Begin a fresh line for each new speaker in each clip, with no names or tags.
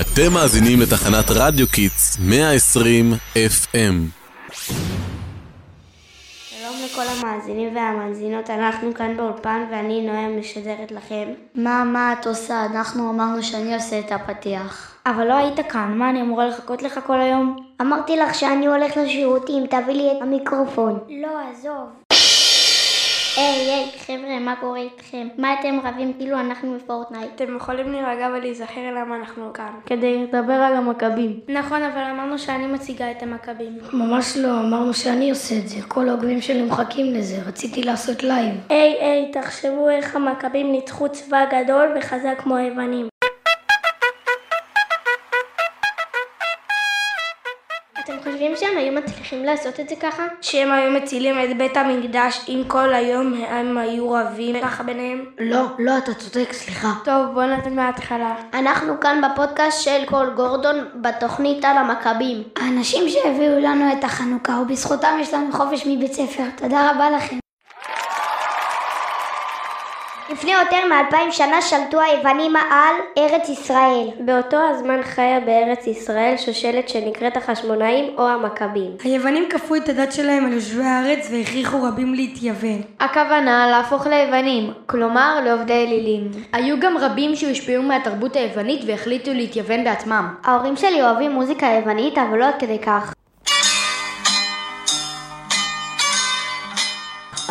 אתם מאזינים לתחנת רדיו קיטס 120 FM.
שלום לכל המאזינים והמאזינות, אנחנו כאן באולפן ואני נועם משדרת לכם.
מה, מה את עושה? אנחנו אמרנו שאני עושה את הפתיח.
אבל לא היית כאן, מה אני אמורה לחכות לך כל היום?
אמרתי לך שאני הולך לשירותים, תביא לי את המיקרופון.
לא, עזוב. היי, היי, חבר'ה, מה קורה איתכם? מה אתם רבים כאילו אנחנו בפורטנייט?
אתם יכולים להירגע ולהיזכר למה אנחנו כאן.
כדי לדבר על המכבים.
נכון, אבל אמרנו שאני מציגה את המכבים.
ממש לא, אמרנו שאני עושה את זה. כל העוגבים שלי מחכים לזה, רציתי לעשות לייב.
היי, היי, תחשבו איך המכבים ניצחו צבא גדול וחזק כמו היוונים.
אתם חושבים שהם היו מצליחים לעשות את זה ככה?
שהם היו מצילים את בית המקדש אם כל היום הם היו רבים ככה ביניהם?
לא, לא, אתה צודק, סליחה.
טוב, בוא נתחיל מההתחלה.
אנחנו כאן בפודקאסט של קול גורדון בתוכנית על המכבים.
האנשים שהביאו לנו את החנוכה, ובזכותם יש לנו חופש מבית ספר. תודה רבה לכם.
לפני יותר מאלפיים שנה שלטו היוונים על ארץ ישראל.
באותו הזמן חיה בארץ ישראל שושלת שנקראת החשמונאים או המכבים.
היוונים כפו את הדת שלהם על יושבי הארץ והכריחו רבים להתייוון.
הכוונה להפוך ליוונים, כלומר לעובדי אלילים.
היו גם רבים שהושפעו מהתרבות היוונית והחליטו להתייוון בעצמם.
ההורים שלי אוהבים מוזיקה יוונית, אבל לא עד כדי כך.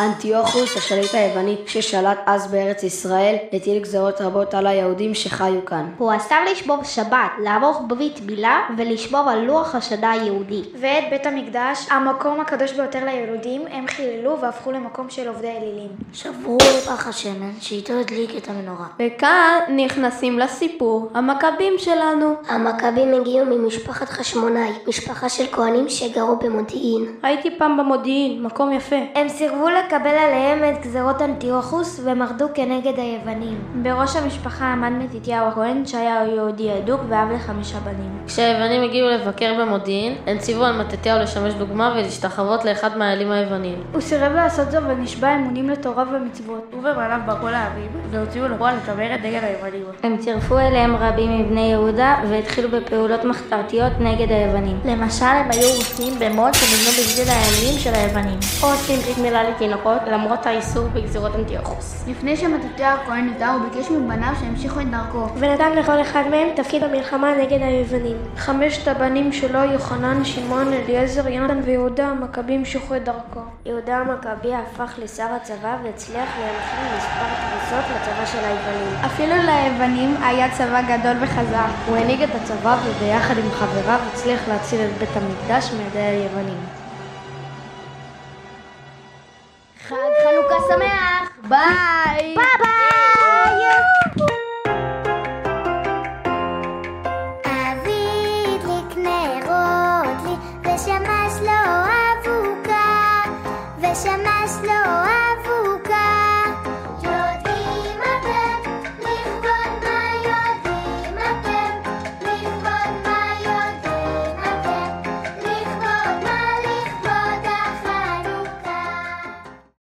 אנטיוכוס, השליט היווני ששלט אז בארץ ישראל, הטיל גזרות רבות על היהודים שחיו כאן.
הוא אסר לשבור שבת, לערוך ברית מילה ולשמור על לוח השנה היהודי.
ואת בית המקדש, המקום הקדוש ביותר ליהודים, הם חיללו והפכו למקום של עובדי אלילים.
שברו לפח השמן, שאיתו הדליק את המנורה.
וכאן נכנסים לסיפור, המכבים שלנו.
המכבים הגיעו ממשפחת חשמונאי, משפחה של כהנים שגרו במודיעין.
הייתי פעם במודיעין, מקום יפה.
הם סירבו לקבל עליהם את גזרות אנטיוכוס ומרדו כנגד היוונים.
בראש המשפחה עמד מתתיהו הכהן שהיה יהודי אדוק ואב לחמישה בנים.
כשהיוונים הגיעו לבקר במודיעין, הם ציוו על מתתיהו לשמש דוגמה ולהשתחוות לאחד מהאלים היוונים.
הוא סירב לעשות זו ונשבע אמונים לתורה ומצוות.
הוא ובעליו ברחו להרים והוציאו לפועל לקבר את דגל היוונים.
הם צירפו אליהם רבים מבני יהודה והתחילו בפעולות מחתרתיות נגד היוונים.
למשל, הם היו רוסמים במות שנבנו בשביל האלים של היוונים.
או עושים ברית מילה לתינוקות למרות האיסור בגזירות אנטיוכוס.
לפני שמתתיהו הכהן נפטר הוא ביקש מבניו שהמשיכו את דרכו.
ונתן לכל אחד מהם תפקיד במלחמה נגד היוונים.
חמשת הבנים שלו יוחנן, שמעון, אליעזר, יונתן ויהודה המכבי המשיכו את דרכו.
יהודה המכבי הפך לשר הצבא והצליח להלחם מספר פריסות לצבא של היוונים.
אפילו ליוונים היה צבא גדול וחזק.
הוא הנהיג את הצבא וביחד עם חבריו הצליח להציל את בית המקדש מידי היוונים.
חג חנוכה שמח!
ביי!
ביי!